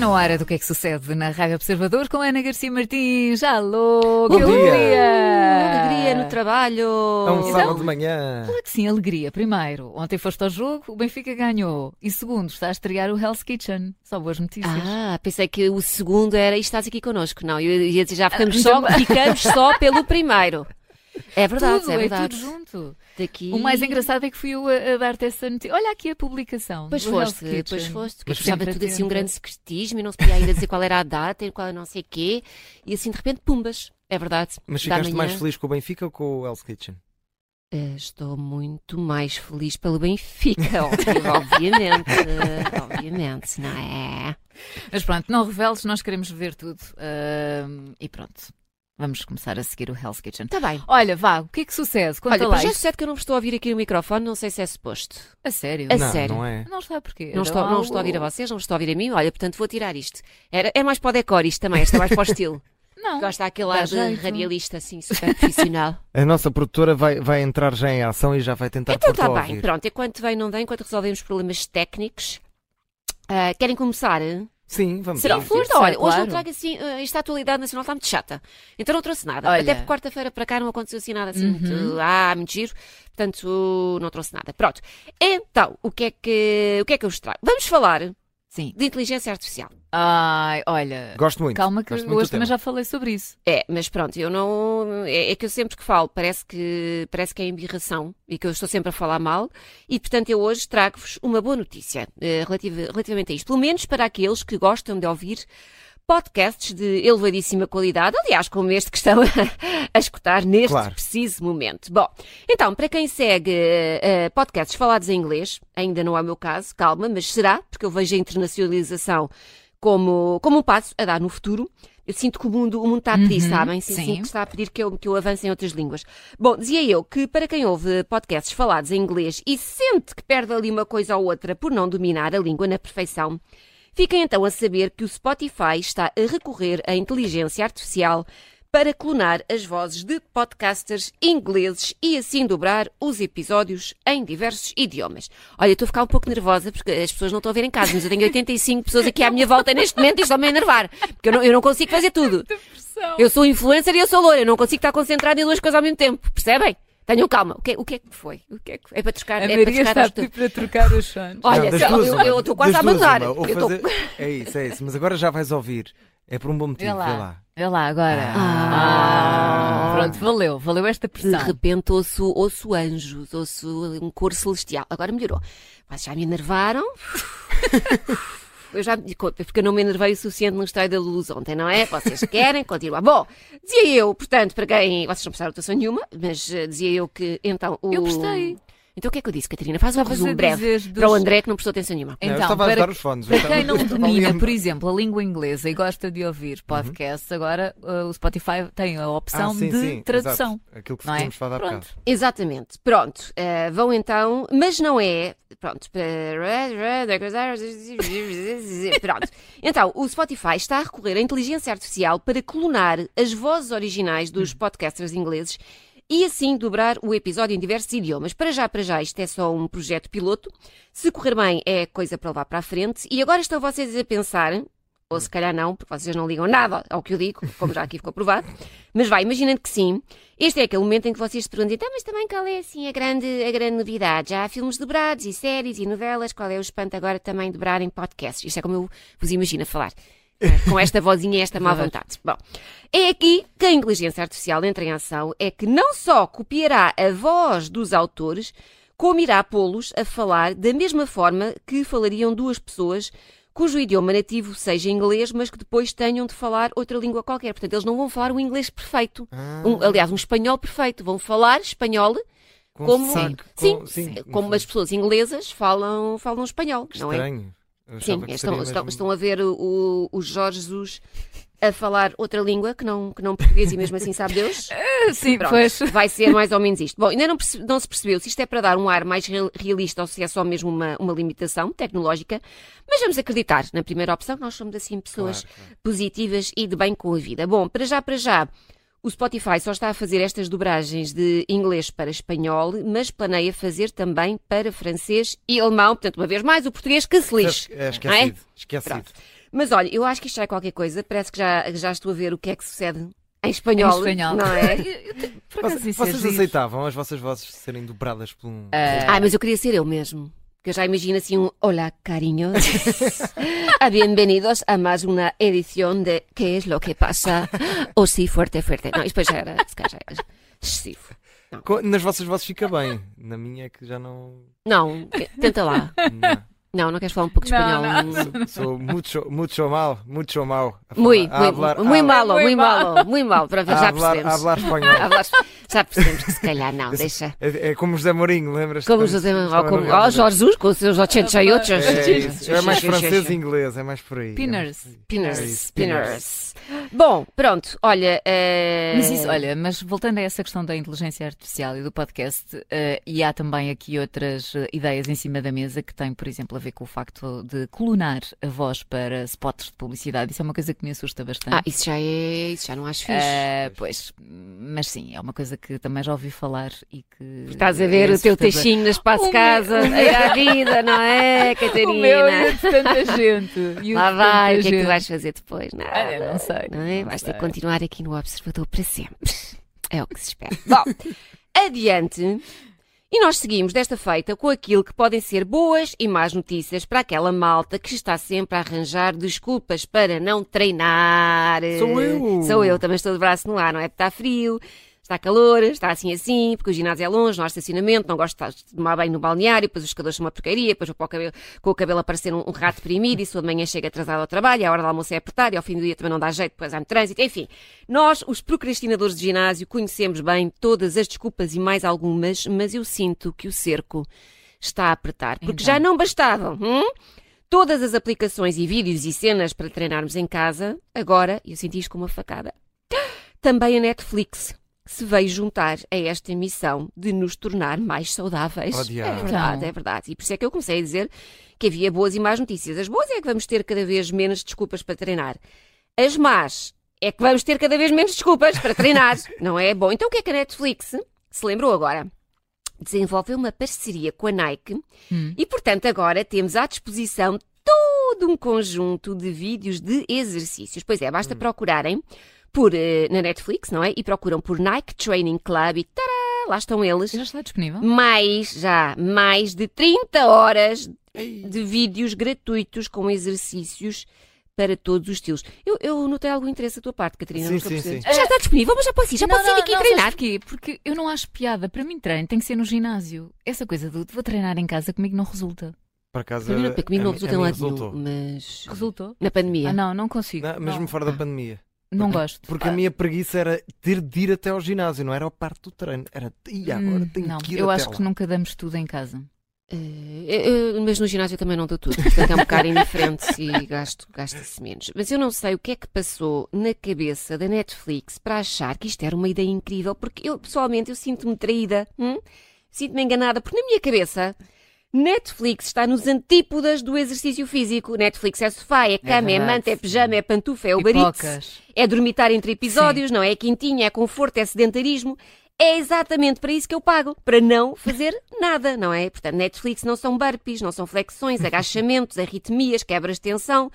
na hora do que é que sucede na Rádio Observador com Ana Garcia Martins. Alô, que Bom dia. Ah. alegria! Hum, Alegria no trabalho. É um sábado Então- de manhã. Claro que sim, alegria. Primeiro, ontem foste ao jogo, o Benfica ganhou. E segundo, está a estrear o Hell's Kitchen. Só boas notícias. Ah, pensei que o segundo era e estás aqui connosco. Não, eu ia dizer já ficamos, Ah, só, então- ficamos só pelo primeiro. É verdade, tudo, é tudo verdade. junto. Daqui... O mais engraçado é que fui eu a, a dar-te essa notícia. Olha aqui a publicação. Pois do Hell's foste, Kitchen. depois foste, que Mas estava sempre tudo assim um atenta. grande secretismo e não se podia ainda dizer qual era a data e qual não sei quê. E assim de repente, pumbas. É verdade. Mas Da ficaste mais manhã. feliz com o Benfica ou com o Hell's Kitchen? Eh, Estou muito mais feliz pelo Benfica, óbvio, obviamente. obviamente, não é? Mas pronto, não reveles, nós queremos ver tudo. Ahm, e pronto, vamos começar a seguir o Hell's Kitchen. Está Tá bem. Olha, vá, o que é que sucede? Conta Olha, lá. pois já isto. sucede que eu não vos estou a ouvir aqui no microfone, não sei se é suposto. A sério? A não, sério? não é. Não está porquê? Não estou, não estou a ouvir a vocês, não estou a ouvir a mim. Olha, portanto, vou tirar isto. Era, é mais para o decor isto também, esta é mais para o estilo. Não. é? Gosta daquele Ah, Dá ar de jeito. radialista, assim, super profissional. A nossa produtora vai, vai entrar já em ação e já vai tentar então pôr-te está a bem, ouvir. pronto. Enquanto vem, não vem, enquanto resolvemos problemas técnicos. Ah, querem começar? hein? Sim, vamos. Será sim, que for? sim. Então, olha, claro. hoje não trago assim, ah, esta atualidade nacional está muito chata. Então não trouxe nada. Olha. Uhum. Até porque quarta-feira para cá não aconteceu assim nada assim muito, ah, muito giro. Portanto, não trouxe nada. Pronto. Então, o que é que, o que, é que eu vos trago? Vamos falar de Sim. inteligência artificial. Ai, olha. Gosto muito. Calma que Gosto muito hoje do também já tema. falei sobre isso. É, mas pronto, eu não. É, é que eu sempre que falo, parece que, parece que é embirração e que eu estou sempre a falar mal. E portanto, eu hoje trago-vos uma boa notícia eh, relativa- relativamente a isto. Pelo menos para aqueles que gostam de ouvir podcasts de elevadíssima qualidade, aliás, como este que estão a, a escutar neste Claro. preciso momento. Bom, então, para quem segue eh, eh, podcasts falados em inglês, ainda não é o meu caso, calma, mas será, porque eu vejo a internacionalização como, como um passo a dar no futuro. Eu sinto que o mundo, o mundo está a pedir, Uhum, sabem? Sim, sim, sim. que está a pedir que eu, que eu avance em outras línguas. Bom, dizia eu que para quem ouve podcasts falados em inglês e sente que perde ali uma coisa ou outra por não dominar a língua na perfeição, fiquem então a saber que o Spotify está a recorrer à inteligência artificial para clonar as vozes de podcasters ingleses e assim dobrar os episódios em diversos idiomas. Olha, estou a ficar um pouco nervosa porque as pessoas não estão a ver em casa, mas eu tenho 85 pessoas aqui à minha volta neste momento e estão-me a enervar, porque eu não, eu não consigo fazer tudo. Eu sou influencer e eu sou loura, eu não consigo estar concentrada em duas coisas ao mesmo tempo, percebem? Tenham calma. O que, o que é que foi? O que é, que foi? é para trocar, A é para Maria trocar está as tipo, a pedir para trocar os sons. Olha, Não, Ah, das só, duas, eu- uma. eu estou quase Das a duas, abandonar. uma. Ou Eu estou- fazer- É isso, é isso. Mas agora já vais ouvir. É por um bom motivo. Vê lá. Vê lá. Vê lá agora. Ah. Pronto, valeu. Valeu esta De pressão. repente ouço, ouço anjos, ouço um cor celestial. Agora melhorou. Mas já me enervaram. Eu já me- porque eu não me enervei o suficiente no Estádio da Luz ontem, não é? Vocês querem continuar. Bom, dizia eu, portanto, para quem. Vocês não prestaram atenção nenhuma, mas eh, dizia eu que então. O... Eu prestei. Então o que é que eu disse, Catarina? Faz um Estavas a resumo breve dizer dos- para o André que não prestou atenção nenhuma. Não, eu Então, estava a dar para, os fones. eu para estava- quem não estava domina, ali a- por exemplo, a língua inglesa e gosta de ouvir podcasts, agora uh, o Spotify tem a opção Ah, sim, de sim, tradução. exato. Aquilo que não é? tínhamos falado há bocado. Pronto. Exatamente. Pronto. eh, vão então, mas não é. Pronto. para- Pronto. Então, o Spotify está a recorrer à inteligência artificial para clonar as vozes originais dos podcasters ingleses e assim dobrar o episódio em diversos idiomas. Para já, para já, isto é só um projeto piloto. Se correr bem, é coisa para levar para a frente. E agora estão vocês a pensar, ou se calhar não, porque vocês não ligam nada ao que eu digo, como já aqui ficou provado. Mas vai, imaginando que sim, este é aquele momento em que vocês se perguntam, então, mas também qual é assim a grande, a grande novidade? Já há filmes dobrados e séries e novelas, qual é o espanto agora também dobrar em podcasts? Isto é como eu vos imagino a falar. É, Com esta vozinha e esta má vontade. Bom, é aqui que a inteligência artificial entra em ação, é que não só copiará a voz dos autores, como irá pô-los a falar da mesma forma que falariam duas pessoas cujo idioma nativo seja inglês, mas que depois tenham de falar outra língua qualquer. Portanto, eles não vão falar o inglês perfeito. Ah. Um- aliás, um espanhol perfeito. Vão falar espanhol Com como, sotaque, sim, com- sim, sim, como as pessoas inglesas falam, falam espanhol, não é? Estranho. Eu Sim, achava que estão, seria estão, mesmo- estão a ver o, o Jorge Jesus a falar outra língua que não, que não português e mesmo assim sabe Deus. Sim, Pronto, pois. vai ser mais ou menos isto. Bom, ainda não, perce- não se percebeu se isto é para dar um ar mais real- realista ou se é só mesmo uma, uma limitação tecnológica, mas vamos acreditar na primeira opção, nós somos assim pessoas Claro, claro. positivas e de bem com a vida. Bom, para já, para já, o Spotify só está a fazer estas dobragens de inglês para espanhol, mas planeia fazer também para francês e alemão, portanto, uma vez mais, o português que se lixe. É não é? esquecido. Esquecido. Pronto. Mas olha, eu acho que isto já é qualquer coisa. Parece que já, já estou a ver o que é que sucede em espanhol. Em espanhol. Não é? Por acaso Vocês, isso é vocês giro. aceitavam as vossas vozes serem dobradas por um. Ah, mas eu queria ser eu mesmo. Que eu já imagino assim um Hola, cariños. a bienvenidos a más una edición de ¿Qué es lo que pasa? O sí, fuerte, fuerte. Não, isto depois já era, se calhar já era excessivo. Co- Nas vossas vozes fica bem. Na minha é que já não. Não, eh, tenta lá. não. Não, não queres falar um pouco de Não, espanhol? Sou- Sou muito, muito mal, muito mal. a falar- Muito, a hablar- muito, muito a- malo, Muy muito malo. malo, muito malo. Para ver, a já hablar- a percebemos. hablar espanhol. Ah, mas Já percebemos que se calhar não, deixa. É, é como José Mourinho, lembras-te? Como quando José Manuel, estava no como Real oh, Madrid? Jorge Jesus, com os seus 88. É, isso, é mais francês e inglês, é mais por aí. Pinners. Pinners, É isso, pinners. Bom, pronto, olha. eh, Mas isso, olha, mas voltando a essa questão da inteligência artificial e do podcast, eh, e há também aqui outras eh, ideias em cima da mesa que têm, por exemplo, a ver com o facto de clonar a voz para spots de publicidade. Isso é uma coisa que me assusta bastante. Ah, isso já é. Isso já não acho fixe. Eh, pois, mas sim, é uma coisa que também já ouvi falar e que. Estás a ver é o teu assustador. teixinho no espaço O de casa, a ir à vida, não é, Catarina? O meu e o de tanta gente. E o Lá de tanta vai, o que é que gente. tu vais fazer depois? Nada. Olha, não sei, Não é? não Vais ter que sei. continuar aqui no Observador para sempre. É o que se espera. Bom, adiante. E nós seguimos desta feita com aquilo que podem ser boas e más notícias para aquela malta que está sempre a arranjar desculpas para não treinar. Sou eu. Sou eu, também estou de braço no ar, não é? Porque está frio, está calor, está assim assim, porque o ginásio é longe, não há estacionamento, não gosto de tomar banho no balneário, depois os escadores são uma porcaria, depois vou para o cabelo, com o cabelo a parecer um, um rato deprimido e sou de manhã chega atrasado ao trabalho, a hora do almoço é apertada e ao fim do dia também não dá jeito, depois há no trânsito, enfim. Nós, os procrastinadores de ginásio, conhecemos bem todas as desculpas e mais algumas, mas eu sinto que o cerco está a apertar, porque Então. já não bastavam. Hum? Todas as aplicações e vídeos e cenas para treinarmos em casa, agora, eu senti isto com uma facada, também a Netflix se veio juntar a esta missão de nos tornar mais saudáveis. Oh, é diabo. verdade, Então. é verdade. E por isso é que eu comecei a dizer que havia boas e más notícias. As boas é que vamos ter cada vez menos desculpas para treinar. As más é que vamos ter cada vez menos desculpas para treinar, não é? Bom, então o que é que a Netflix se lembrou agora? Desenvolveu uma parceria com a Nike Hum. e, portanto, agora temos à disposição todo um conjunto de vídeos de exercícios. Pois é, Hum. basta procurarem por eh, na Netflix, não é? E procuram por Nike Training Club e tará, lá estão eles. Já está disponível? Mais, já, mais de 30 horas de vídeos gratuitos com exercícios para todos os estilos. Eu, eu notei algum interesse da tua parte, Catarina. Sim, nunca sim, percebi. sim. Mas Já está disponível, mas já posso Tipo ir, já assim, posso ir aqui não, treinar. sabes porquê? Porque eu não acho piada. Para mim, treino tem que ser no ginásio. Essa coisa do vou treinar em casa comigo não resulta. Por acaso. Para mim, não- a- É comigo não a mim- a resulta em mim lado nenhum, resultou. um mas Resultou? na pandemia. Ah, não, não consigo. Não, mesmo não, fora da pandemia. não gosto. Porque a minha preguiça era ter de ir até ao ginásio, não era a parte do treino. Era, e agora Hum, tenho não, que ir eu até acho que lá." nunca damos tudo em casa. Eh, eu- eu- mas no ginásio também não dou tudo, portanto é um bocado indiferente e gasto, gasta-se menos. Mas eu não sei o que é que passou na cabeça da Netflix para achar que isto era uma ideia incrível, porque eu pessoalmente eu sinto-me traída, hum? sinto-me enganada, porque na minha cabeça Netflix está nos antípodas do exercício físico. Netflix é sofá, é cama, é, verdade. manta, é pijama, é pantufa, é o Pipocas. é dormitar entre episódios, não é? É quintinha, é conforto, é sedentarismo. É exatamente para isso que eu pago, para não fazer nada, não é? Portanto, Netflix não são burpees, não são flexões, agachamentos, arritmias, quebras de tensão.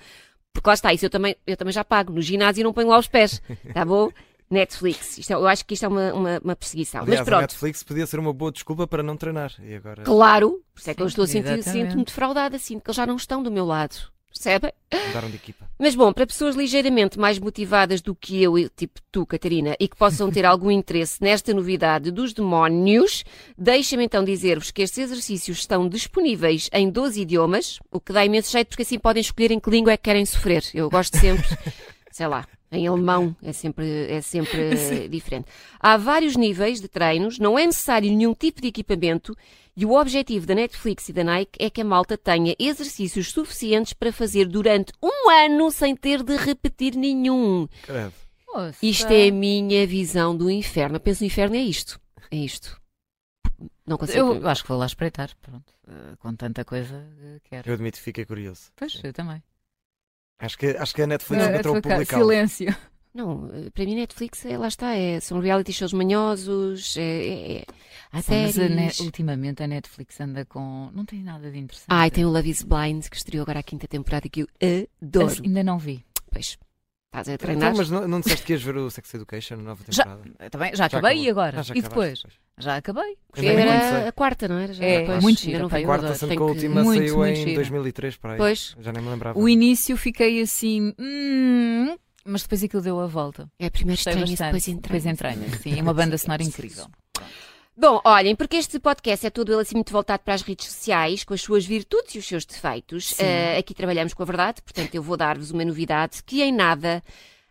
Porque lá está, isso eu também, eu também já pago. No ginásio não ponho lá os pés, tá bom? Netflix, isto é- eu acho que isto é uma, uma, uma perseguição. Aliás, Mas a pronto, Netflix podia ser uma boa desculpa para não treinar. E agora. claro, por isso é que eu Sim, estou a sentir, exatamente. sinto-me defraudada, sinto que eles já não estão do meu lado, percebem? Mudaram de equipa. Mas bom, para pessoas ligeiramente mais motivadas do que eu, e tipo tu, Catarina, e que possam ter algum interesse nesta novidade dos demónios, deixa-me então dizer-vos que estes exercícios estão disponíveis em 12 idiomas, o que dá imenso jeito, porque assim podem escolher em que língua é que querem sofrer. Eu gosto sempre, sei lá. Em alemão é sempre, é sempre eh, diferente. Há vários níveis de treinos, não é necessário nenhum tipo de equipamento e o objetivo da Netflix e da Nike é que a malta tenha exercícios suficientes para fazer durante um ano sem ter de repetir nenhum. Credo. Ouça. Isto é a minha visão do inferno. Eu penso no inferno é isto. É isto. Não consigo. Eu acho que vou lá espreitar, pronto. Eh, Com tanta coisa, eh, quero. Eu admito que fiquei curioso. Pois, eu também. Acho que, acho que a Netflix Ah, encontrou o foi cá- público. alvo. Silêncio. Não, eh, para mim Netflix, eh, lá está, é, são reality shows manhosos, é, é- é- Ah, pá, mas a Ne- Séries. ultimamente a Netflix anda com. Não tem nada de interessante. Ai, tem o Love is Blind, que estreou agora a quinta temporada, que eu adoro. Assim, Ainda não vi. Pois, estás a Então, treinar? mas não, não disseste que ias ver o Sex Education, a nova Já- temporada? Eu Também, Tá já acabei e agora? Ah, já e acabaste, depois? Já acabei. Eu nem era muito sei. a quarta, não era? Já, É, pois, muito ainda gira, não pá, A eu veio. quarta, adoro, sendo Tenho que a que- última Muito, saiu muito em gira. 2003, para aí. Pois, Já nem me lembrava. O início fiquei assim. "Hum", mas depois aquilo deu a volta. é primeiro Gostei estranho e bastante. depois entranho. Depois entranha, sim. É uma banda sonora incrível. Bom, olhem, porque este podcast é todo ele assim muito voltado para as redes sociais, com as suas virtudes e os seus defeitos. Sim. Eh, aqui trabalhamos com a verdade, portanto eu vou dar-vos uma novidade que em nada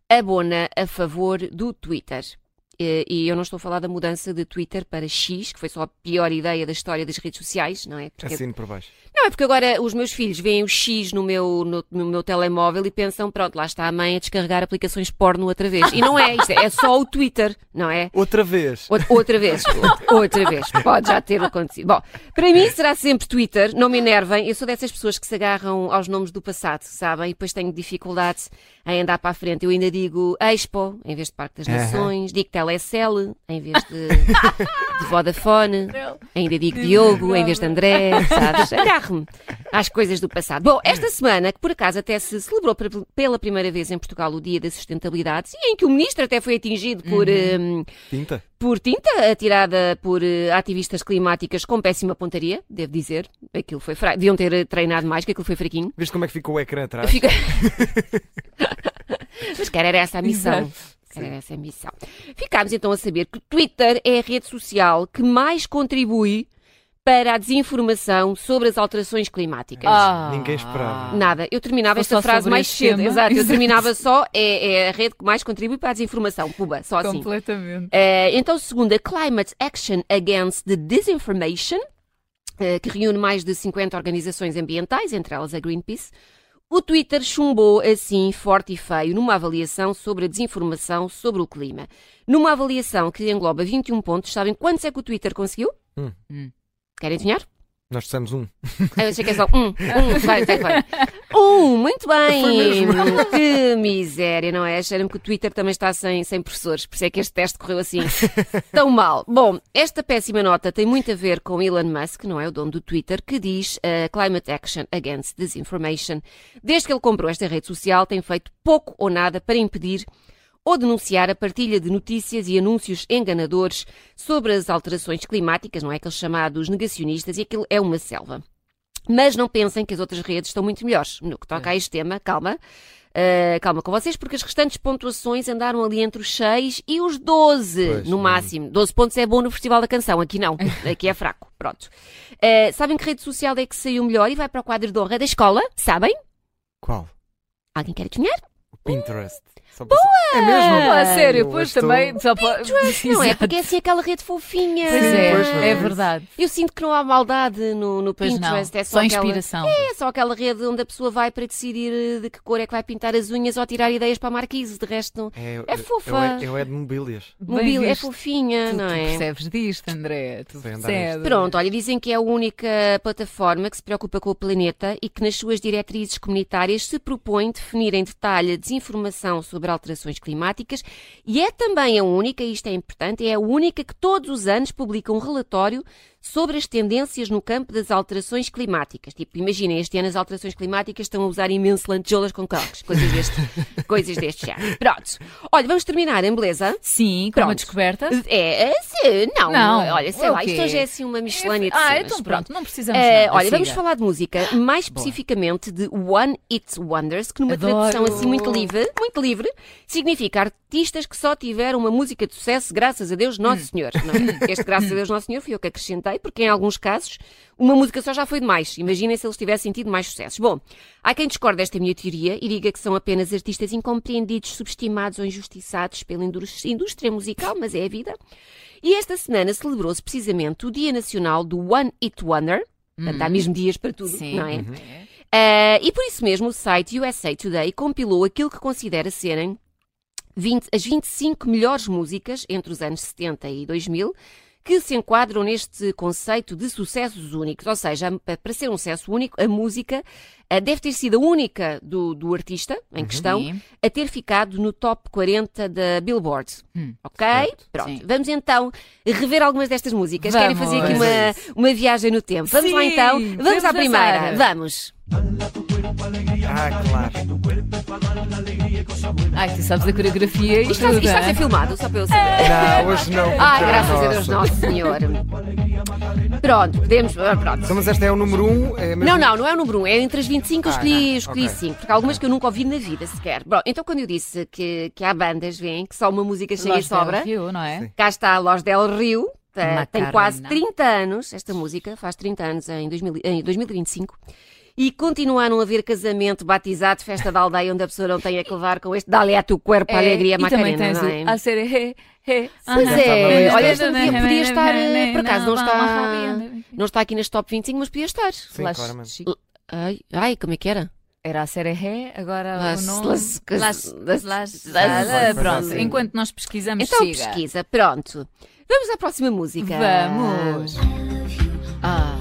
abona a favor do Twitter. Eh, e eu não estou a falar da mudança de Twitter para X, que foi só a pior ideia da história das redes sociais, não é? Porque- Assino assim por baixo. Não, é porque agora os meus filhos veem o X no meu, no, no meu telemóvel e pensam, pronto, lá está a mãe a descarregar aplicações porno outra vez. E não é, isto é, é só o Twitter, não é? Outra vez. Outra, outra vez, ou- outra vez. Pode já ter acontecido. Bom, para mim será sempre Twitter, não me enervem. Eu sou dessas pessoas que se agarram aos nomes do passado, sabem? E depois tenho dificuldade em andar para a frente. Eu ainda digo Expo em vez de Parque das Aham. Nações, digo Telecel em vez de, de Vodafone, ainda digo Diogo em vez de André, sabes? Agarro-me às coisas do passado. Bom, esta semana, que por acaso até se celebrou pre- pela primeira vez em Portugal o Dia da Sustentabilidade, e em que o ministro até foi atingido por. Uhum. hum, Tinta. por tinta atirada por eh, ativistas climáticas com péssima pontaria, devo dizer. Aquilo foi fraco. Deviam ter eh, treinado mais, que aquilo foi fraquinho. Viste como é que ficou o ecrã atrás? Fica- Mas cara, era essa a missão. Exato. Cara, era essa a missão. Ficámos então a saber que o Twitter é a rede social que mais contribui para a desinformação sobre as alterações climáticas. Ah. Ninguém esperava. Nada, eu terminava Foi esta só frase sobre mais esse cedo. tema. Exato, eu Exato. terminava só. É, é a rede que mais contribui para a desinformação. Puba, só Então assim. Completamente. Eh, então, segundo a Climate Action Against the Disinformation, eh, que reúne mais de 50 organizações ambientais, entre elas a Greenpeace, o Twitter chumbou assim, forte e feio, numa avaliação sobre a desinformação sobre o clima. Numa avaliação que engloba 21 pontos, sabem quantos é que o Twitter conseguiu? Hum. Hum. Querem adivinhar? Nós dissemos um. Ah, Eu achei que é só um, um, vai, vai, vai. Um, muito bem. Que miséria, não é? Acharam que o Twitter também está sem, sem professores, por isso é que este teste correu assim tão mal. Bom, esta péssima nota tem muito a ver com Elon Musk, não é? O dono do Twitter, que diz eh, Climate Action Against Disinformation. Desde que ele comprou esta rede social, tem feito pouco ou nada para impedir ou denunciar a partilha de notícias e anúncios enganadores sobre as alterações climáticas, não é? Aqueles chamados negacionistas, e aquilo é uma selva. Mas não pensem que as outras redes estão muito melhores. No que É. toca a este tema, calma. Ah, calma com vocês, porque as restantes pontuações andaram ali entre os 6 e os 12, Pois, no hum. máximo. 12 pontos é bom no Festival da Canção, aqui não. Aqui é fraco. Pronto. Ah, sabem que rede social é que saiu melhor e vai para o quadro de honra da escola? Sabem? Qual? Alguém quer adivinhar? O Pinterest. Só para- É mesmo? Ah, sério, Eu pois estou- também. Só para... Não é? Exato. Porque é assim aquela rede fofinha. Pois Sim, é, pois não. é verdade. Eu sinto que não há maldade no, no Pois não. Pinterest. É só, Só aquela, inspiração. é só aquela rede onde a pessoa vai para decidir eh, de que cor é que vai pintar as unhas ou tirar ideias para a marquise. De resto, não- É, eu- É fofa. Eu é, eu é de mobílias. Bem mobília é visto. fofinha, Tu, não tu é? percebes disto, André. Tu Sei andar percebes. Pronto, olha, dizem que é a única plataforma que se preocupa com o planeta e que nas suas diretrizes comunitárias se propõe definir em detalhe a desinformação sobre alterações climáticas e é também a única, e isto é importante, é a única que todos os anos publica um relatório sobre as tendências no campo das alterações climáticas. Tipo, imaginem, este ano as alterações climáticas estão a usar imenso lantejoulas com croques, coisas deste, coisas deste género. Pronto, olha, vamos terminar em beleza? Sim, com uma Pronto. descoberta. É, é, sim, não, Não. olha, sei É o lá, isto quê? hoje é assim uma miscelânea de Ah, cenas, então pronto, não precisamos. Eh, nada, olha, vamos siga. falar de música, mais especificamente de One It Wonders, que numa Adoro. tradução assim muito livre, muito livre, significa artistas que só tiveram uma música de sucesso graças a Deus Hum. Nosso Senhor. Não é? Este graças a Deus Nosso Senhor foi eu que acrescentei, porque em alguns casos uma música só já foi demais. Imaginem se eles tivessem tido mais sucessos. Bom, há quem discorde desta minha teoria e diga que são apenas artistas incompreendidos, subestimados ou injustiçados pela indú- indústria musical, mas é a vida. E esta semana celebrou-se precisamente o Dia Nacional do One It Wonder. Portanto, há mesmo dias para tudo, Uhum. Sim. não é? Uhum. Ah, e por isso mesmo o site USA Today compilou aquilo que considera serem 20 as 25 melhores músicas entre os anos 70 e 2000 que se enquadram neste conceito de sucessos únicos. Ou seja, a- pa- para ser um sucesso único, a música ah, deve ter sido a única do, do artista Uhum. em questão Sim. a ter ficado no top 40 da Billboard. Hum, ok? certo. Pronto. Sim. Vamos então rever algumas destas músicas. Querem Vamos. fazer aqui Vamos a uma, uma viagem no tempo. Vamos lá Sim, então. Vamos, vamos à primeira. dançar. Vamos. Ah, claro. Ai, tu sabes a coreografia e Isto está, tudo, é? isto está a hein? ser filmado, só para eu Ah. saber. Não, hoje não. porque Ah, era graças a Deus, nossa. Nosso Senhor. Pronto, podemos. ah, Pronto. Então, mas esta é o número 1? Um, é mesmo- Não, não, não é o número 1, é entre as 25 eu Ah, escolhi, não, escolhi ok. 5, porque há algumas que eu nunca ouvi na vida sequer. Bom, então quando eu disse que, que há bandas, vêem, que só uma música chega e Lost Del sobra, Rio, não é? Sim. cá está a Los Del Rio, tá- tem Macarena. quase 30 anos, esta música faz 30 anos em, 2000 e- em 2025. E continua a não haver casamento, batizado, festa da aldeia onde a pessoa não tenha que levar com este Dale a tu corpo, a É, alegria e também Macarena, tens não é? o- a ser eh, he, he, Pois aham. é, Não, olha, não, esta não, podia, não, podia não, estar, não, eh, por não, acaso, não não, está, não, não. não está aqui neste top 25, mas podia estar. Sim, Las- claramente. Ai, ai, como é que era? Era a ser he, agora Las- o nome... las- Las- las- las- las- assim. ah, Sim. Pronto, enquanto nós pesquisamos, Então siga. pesquisa, pronto. Vamos à próxima música. Vamos! Ah,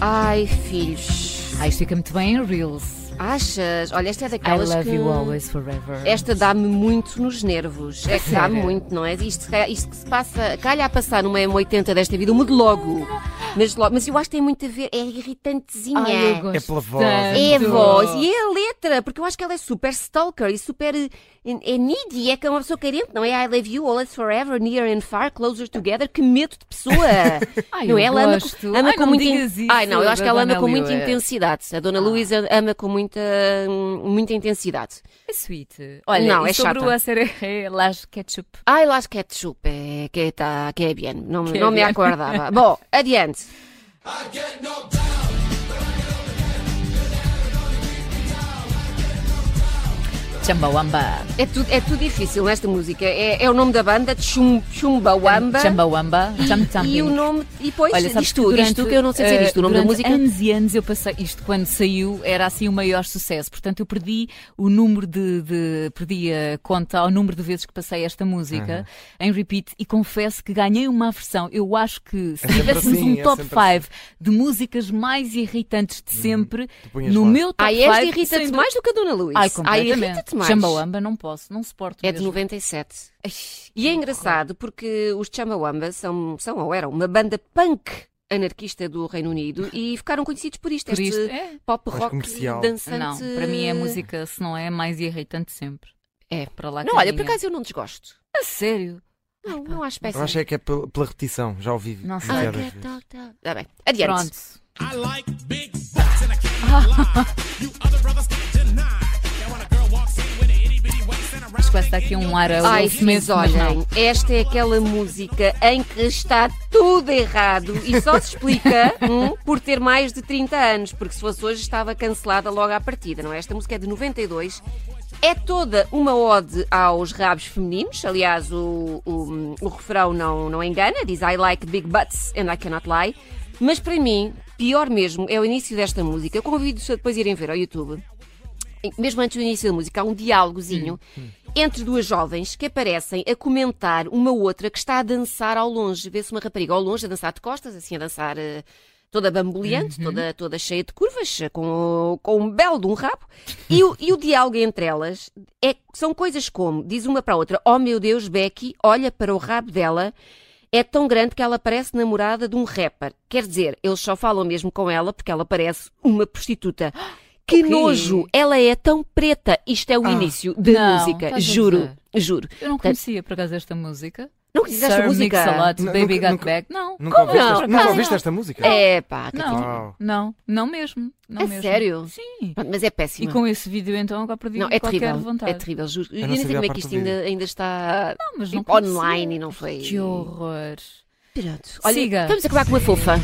Ai, filhos. ah, isto fica muito bem em Reels. Achas? Olha, esta é I daquelas love que... you always forever. Esta dá-me muito nos nervos. É que dá-me Sério? muito, não é? Isto, que- isto que se passa, calha a passar numa M80 desta vida, uma de logo. Mas, logo. mas eu acho que tem muito a ver, é irritantezinha. Ai, eu gosto É pela voz, tanto. É a voz e é a letra, porque eu acho que ela é super stalker e super. eh, É needy, é que é uma pessoa carente, não é? I love you, always forever, near and far, closer together. Que medo de pessoa! Ai, não é? eu Ela ama, gosto. com- ama Ai, com não muita. digas isso Ai, não, eu acho que da ela ama Dona com muita Lua. Ah. intensidade. A dona Luísa ama com muita, hum, muita intensidade. É sweet. Olha, Não, e é sobre chata. o a ser he, las ketchup. Ai, las ketchup, é, que, tá, que é bien. Não, Que é não me bien. acordava. Bom, adiante. Chambawamba. É tudo, é tudo difícil nesta música. É, é o nome da banda, Chum, Chumbawamba. Chambawamba. Cham E o Chambing. nome. E depois, Olha, sabes diz tu, que durante, diz tu que eu não sei dizer eh, isto. O nome da durante música. anos e anos eu passei, isto quando saiu era assim o maior sucesso, portanto eu perdi o número de, de- perdi a conta ao número de vezes que passei esta música Uhum. em repeat e confesso que ganhei uma versão, eu acho que se É sempre tivéssemos assim, Uhum. um é top sempre 5 de músicas mais irritantes de sempre, punhas no lá. meu top Ah, 5 esta irrita-te mais do que a Dona Luísa. Ai, Ah, completamente. irrita-te mais. Chambawamba não posso, não suporto É de mesmo. 97. Ai, E é engraçado porque os Chambawamba são, são ou eram uma banda punk anarquista do Reino Unido e ficaram conhecidos por isto, por este isto, é? pop Mais rock comercial. dançante. Não, para mim é música, se não é, mais irritante sempre. É. Para lá Não, que olha, por ninguém. acaso eu não desgosto. A sério? Não, não acho Eu péssimo. acho é que é pel- pela repetição, já ouvi. Não sei. demasiadas Ah, vezes. tá, tá. Tá bem. Adiante. Pronto. I like big butts and I can't lie. You other brothers can't deny. Now when a girl walks in with an itty bitty waist and a round Acho que vai se dar thing aqui in your um ar a face, Will Ai, Smith, filhos, mas não. olhem, esta é aquela música em que está tudo errado e só se explica hum, por ter mais de 30 anos, porque se fosse hoje estava cancelada logo à partida, não é? Esta música é de 92. É toda uma ode aos rabos femininos, aliás, o, o, o refrão não, não engana, diz I like big butts and I cannot lie. Mas para mim, pior mesmo, é o início desta música. Eu convido-vos a depois irem ver ao YouTube mesmo antes do início da música, há um diálogozinho entre duas jovens que aparecem a comentar uma outra que está a dançar ao longe. Vê-se uma rapariga ao longe a dançar de costas, assim a dançar eh, toda bamboleante, toda, toda cheia de curvas, com, com um belo de um rabo. E o, e o diálogo entre elas é- são coisas como, diz uma para a outra, oh meu Deus, Becky, olha para o rabo dela. É tão grande que ela parece namorada de um rapper. Quer dizer, eles só falam mesmo com ela porque ela parece uma prostituta. Que Ok. nojo! Ela é tão preta. Isto é o início da Ah, Não, estás música. a Juro, gozar. juro. Eu não Portanto, conhecia, por acaso, esta música. Não conheces esta Sir Mix a música? lot, Não, Baby nunca- Got nunca- Back. Não, Nunca ouviste, não? esta, Por nunca acaso ouviste não. esta música? É pá, Catarina. não, Uau. não, não mesmo. Não É mesmo. sério? Sim. Pronto, Mas é péssimo. E com esse vídeo, então, agora perdi Não, é qualquer terrível. vontade. É terrível, juro. Eu, não nem sei sabia a como é que parte isto do vídeo. ainda, ainda está Não, mas não tipo, online conhecia. e não foi. Que horror. Pronto. Olha, Siga. vamos acabar com uma fofa.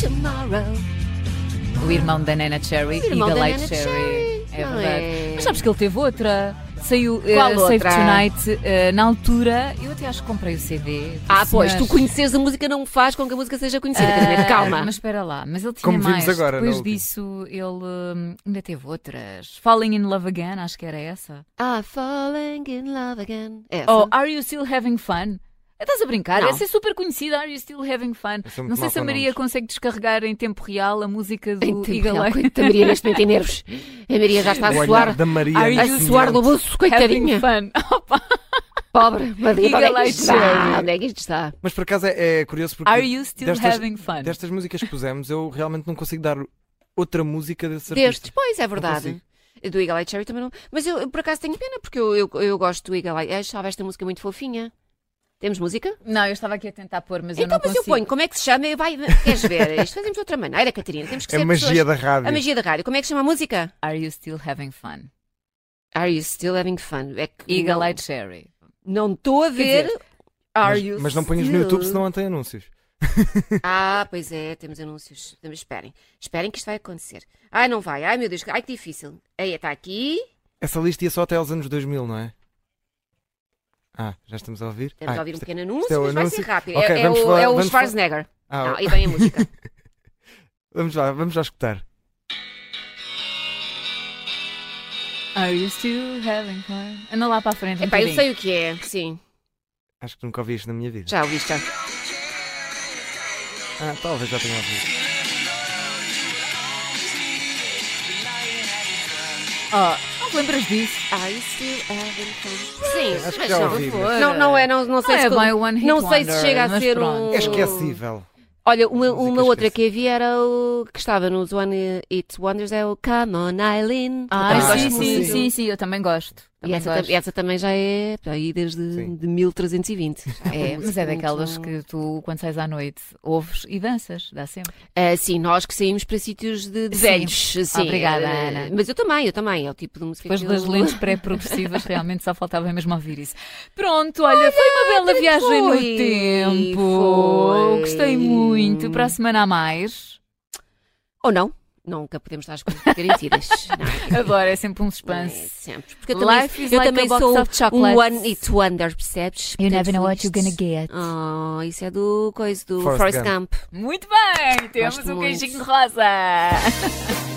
Come tomorrow. O irmão da Nana Cherry O irmão e da da Light Nana Cherry. Cherry, É não verdade. é? Mas sabes que ele teve outra? Saiu eh, Qual Save outra? Tonight eh, na altura. Eu até acho que comprei o CD. do Ah, pois, senhor. tu conheceres a música não faz com que a música seja conhecida. Ah, Catarina, calma. Mas espera lá, mas ele tinha Como mais. vimos agora, na Depois última. disso, ele hum, ainda teve outras. Falling in Love Again, acho que era essa. Ah, falling in love again. É Essa. Ou Are You Still Having Fun? Estás a brincar? Oh, Não. Essa é super conhecida, Are You Still Having Fun? Eu sou é muito Não sei mau se a com Maria nomes. consegue descarregar em tempo real a música Em do tempo real, Igalei. coitada, a Maria neste momento tem nervos. A Maria já está O a olhar suar. da Maria. Are A neste suar do momento. bolso, Having coitadinha. fun. Opa. Pobre, Maria, onde é que isto está? Galate. Onde é que isto está? Mas por acaso é, é curioso porque Are You Still destas, Having Fun? destas músicas que pusemos, eu realmente não consigo dar outra música desses Destes, artistas. pois, é verdade. Do Eagle Eye Cherry também não. Mas eu, eu, por acaso tenho pena, porque eu, eu, eu gosto do Eagle Eye. Eu Achava esta música muito fofinha. Temos música? Não, eu estava aqui a tentar pôr, mas eu então, não mas consigo. eu ponho, como é que se chama? Vai, queres ver? Isto fazemos de outra maneira, Catarina. Temos que ser É a magia pessoas- da rádio. A magia da rádio. Como é que se chama a música? Are You Still Having Fun? Are you still having fun? É que Eagle não- Eye Cherry. Não estou a ver. Are Mas, You mas não ponhas no Still- YouTube senão não tem anúncios. Ah, pois é, temos anúncios. Temos- Esperem, esperem que isto vai acontecer. Ai, não vai. Ai, meu Deus, ai que difícil. Aí está aqui. Essa lista ia só até aos anos 2000, não é? Ah, já estamos a ouvir? Temos ah, a ouvir um isto- pequeno anúncio, isto é o mas vai ser anúncio. rápido. Ok, é, é vamos o, falar- é o vamos falar- Schwarzenegger. ah, Não, aí vem a música. Vamos lá, vamos já escutar. Are You Still Having Fun? Anda lá para a frente. um Epá, eu bocadinho. sei o que é. Sim, Acho que nunca ouvi isto na minha vida. já ouviste. já. Ah, talvez já tenha ouvido. Oh, não te lembras disso? Are you still having fun? Sim, Acho que mas já não. ouvi, mas- Não, não é, não, não sei Não se é my one hit não sei se wonder, chega a mas ser pronto. um É esquecível. Olha, uma, Música uma outra esquecível. que havia era o que estava no One It Wonders é o Come On Eileen. Ah, Ah, sim, sim, sim, sim. sim, sim, eu também gosto. E Também essa, gosto. tam- essa também já é aí desde Sim. de 1320. É, mas é muito- daquelas que tu, quando sais à noite, ouves e danças, dá sempre. Ah, sim, nós que saímos para sítios de, de Sim. velhos. Sim. Obrigada, Ah, Ana. Mas eu também, eu também. É o tipo de música Depois que das eu... lentes pré-progressivas, realmente só faltava mesmo ouvir isso. Pronto, olha, foi uma bela viagem no foi, tempo. foi. Gostei muito. Para a semana a mais. Ou não. Nunca podemos dar as coisas por garantidas. não é? Agora é sempre um É, suspense. sempre. Porque eu também, Life is eu like também a box sou of um chocolates. one it wonder, percebes? You never Portanto, know what you're gonna isto- get. Oh, isso é do coisa do Forrest Forrest Gump. Gump. Muito bem, temos Gosto um muito. queijinho de rosa.